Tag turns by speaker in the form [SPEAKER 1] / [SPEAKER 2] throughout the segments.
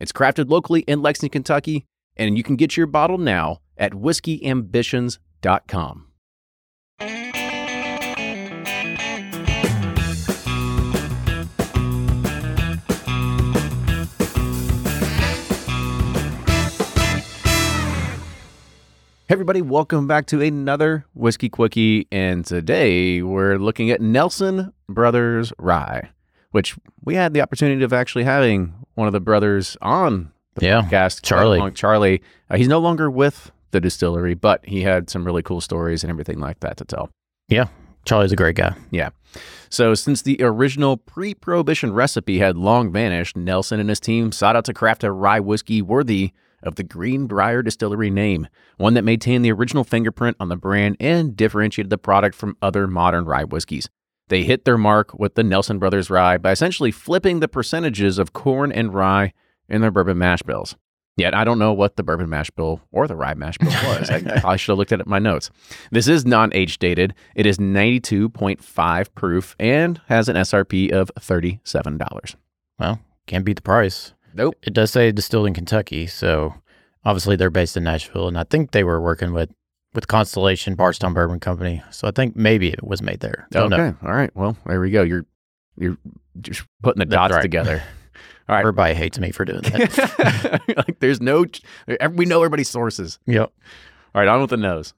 [SPEAKER 1] It's crafted locally in Lexington, Kentucky, and you can get your bottle now at whiskeyambitions.com. Hey everybody, welcome back to another Whiskey Quickie, and today we're looking at Nelson Brothers Rye, which we had the opportunity of actually having one of the brothers on the
[SPEAKER 2] Yeah,
[SPEAKER 1] podcast.
[SPEAKER 2] Charlie.
[SPEAKER 1] Long- Charlie. Uh, he's no longer with the distillery, but he had some really cool stories and everything like that to tell.
[SPEAKER 2] Yeah, Charlie's a great guy.
[SPEAKER 1] So, since the original pre prohibition recipe had long vanished, Nelson and his team sought out to craft a rye whiskey worthy of the Greenbrier Distillery name, one that maintained the original fingerprint on the brand and differentiated the product from other modern rye whiskeys. They hit their mark with the Nelson Brothers rye by essentially flipping the percentages of corn and rye in their bourbon mash bills. Yet I don't know what the bourbon mash bill or the rye mash bill was. I probably should have looked at my notes. This is non-age dated. It is 92.5 proof and has an SRP of $37.
[SPEAKER 2] Well, can't beat the price.
[SPEAKER 1] Nope.
[SPEAKER 2] It does say distilled in Kentucky, so obviously they're based in Nashville, and I think they were working with with Constellation Barstown Bourbon Company. So I think maybe it was made there. Don't
[SPEAKER 1] Okay.
[SPEAKER 2] know.
[SPEAKER 1] All right. Well, there we go. You're you're just putting the
[SPEAKER 2] That's
[SPEAKER 1] dots
[SPEAKER 2] right.
[SPEAKER 1] together. All right.
[SPEAKER 2] Everybody hates me for doing that.
[SPEAKER 1] like there's no ch- we know everybody's sources.
[SPEAKER 2] yep.
[SPEAKER 1] All right, on with the nose.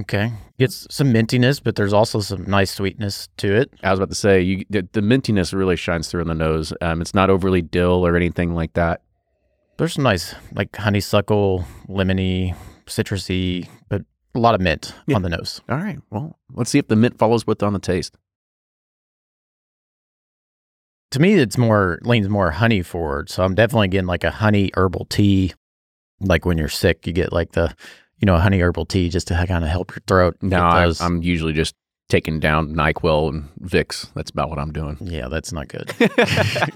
[SPEAKER 2] Okay. Gets some mintiness, but there's also some nice sweetness to it.
[SPEAKER 1] I was about to say you the, the mintiness really shines through in the nose. Um, it's not overly dill or anything like that.
[SPEAKER 2] There's some nice like honeysuckle, lemony, citrusy, but a lot of mint
[SPEAKER 1] Yeah.
[SPEAKER 2] on the nose.
[SPEAKER 1] All right. Well, let's see if the mint follows with on the taste.
[SPEAKER 2] to me it's more leans more honey forward so i'm definitely getting like a honey herbal tea like when you're sick you get like the you know honey herbal tea just to kind of help your throat
[SPEAKER 1] No,
[SPEAKER 2] It
[SPEAKER 1] I,
[SPEAKER 2] does-
[SPEAKER 1] I'm usually just taking down NyQuil and Vicks. That's about what I'm doing.
[SPEAKER 2] yeah that's not good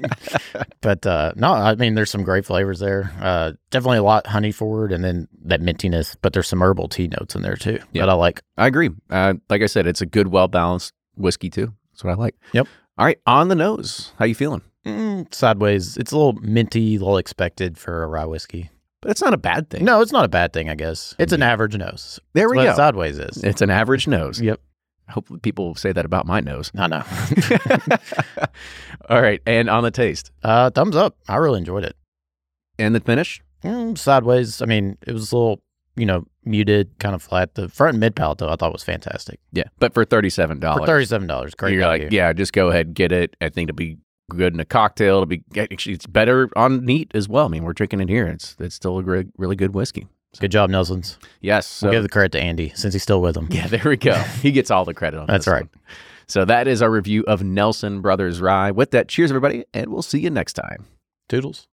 [SPEAKER 2] but uh no i mean there's some great flavors there uh definitely a lot honey forward and then that mintiness but there's some herbal tea notes in there too
[SPEAKER 1] Yeah.
[SPEAKER 2] that i like
[SPEAKER 1] I agree. Uh, like I said, it's a good, well balanced whiskey too. That's what I like.
[SPEAKER 2] Yep.
[SPEAKER 1] All right, on the nose. How you feeling?
[SPEAKER 2] mm, sideways it's a little minty a little expected for a rye whiskey
[SPEAKER 1] But it's not a bad thing.
[SPEAKER 2] no it's not a bad thing i guess it's an average nose
[SPEAKER 1] there
[SPEAKER 2] that's
[SPEAKER 1] we
[SPEAKER 2] what
[SPEAKER 1] go.
[SPEAKER 2] sideways is
[SPEAKER 1] It's an average nose.
[SPEAKER 2] yep
[SPEAKER 1] Hopefully, people say that about my nose.
[SPEAKER 2] i know
[SPEAKER 1] All right, and on the taste
[SPEAKER 2] uh thumbs up i really enjoyed it
[SPEAKER 1] and the finish.
[SPEAKER 2] Mm, sideways. I mean, it was a little, you know, muted, kind of flat. The front and mid palate, though, I thought was fantastic.
[SPEAKER 1] Yeah, but for thirty-seven
[SPEAKER 2] For
[SPEAKER 1] dollars,
[SPEAKER 2] thirty-seven dollars, great
[SPEAKER 1] You're
[SPEAKER 2] value.
[SPEAKER 1] like, yeah, just go ahead, get it. I think it'll be good in a cocktail. It'll be actually it's better on neat as well. I mean, we're drinking it here. It's it's still a great, really good whiskey.
[SPEAKER 2] Good job, Nelsons.
[SPEAKER 1] Yes. So,
[SPEAKER 2] we'll give the credit to Andy since he's still with them.
[SPEAKER 1] yeah, there we go. He gets all the credit on
[SPEAKER 2] That's
[SPEAKER 1] this
[SPEAKER 2] right.
[SPEAKER 1] one. So that is our review of Nelson Brothers Rye. With that, cheers everybody, and we'll see you next time.
[SPEAKER 2] Toodles.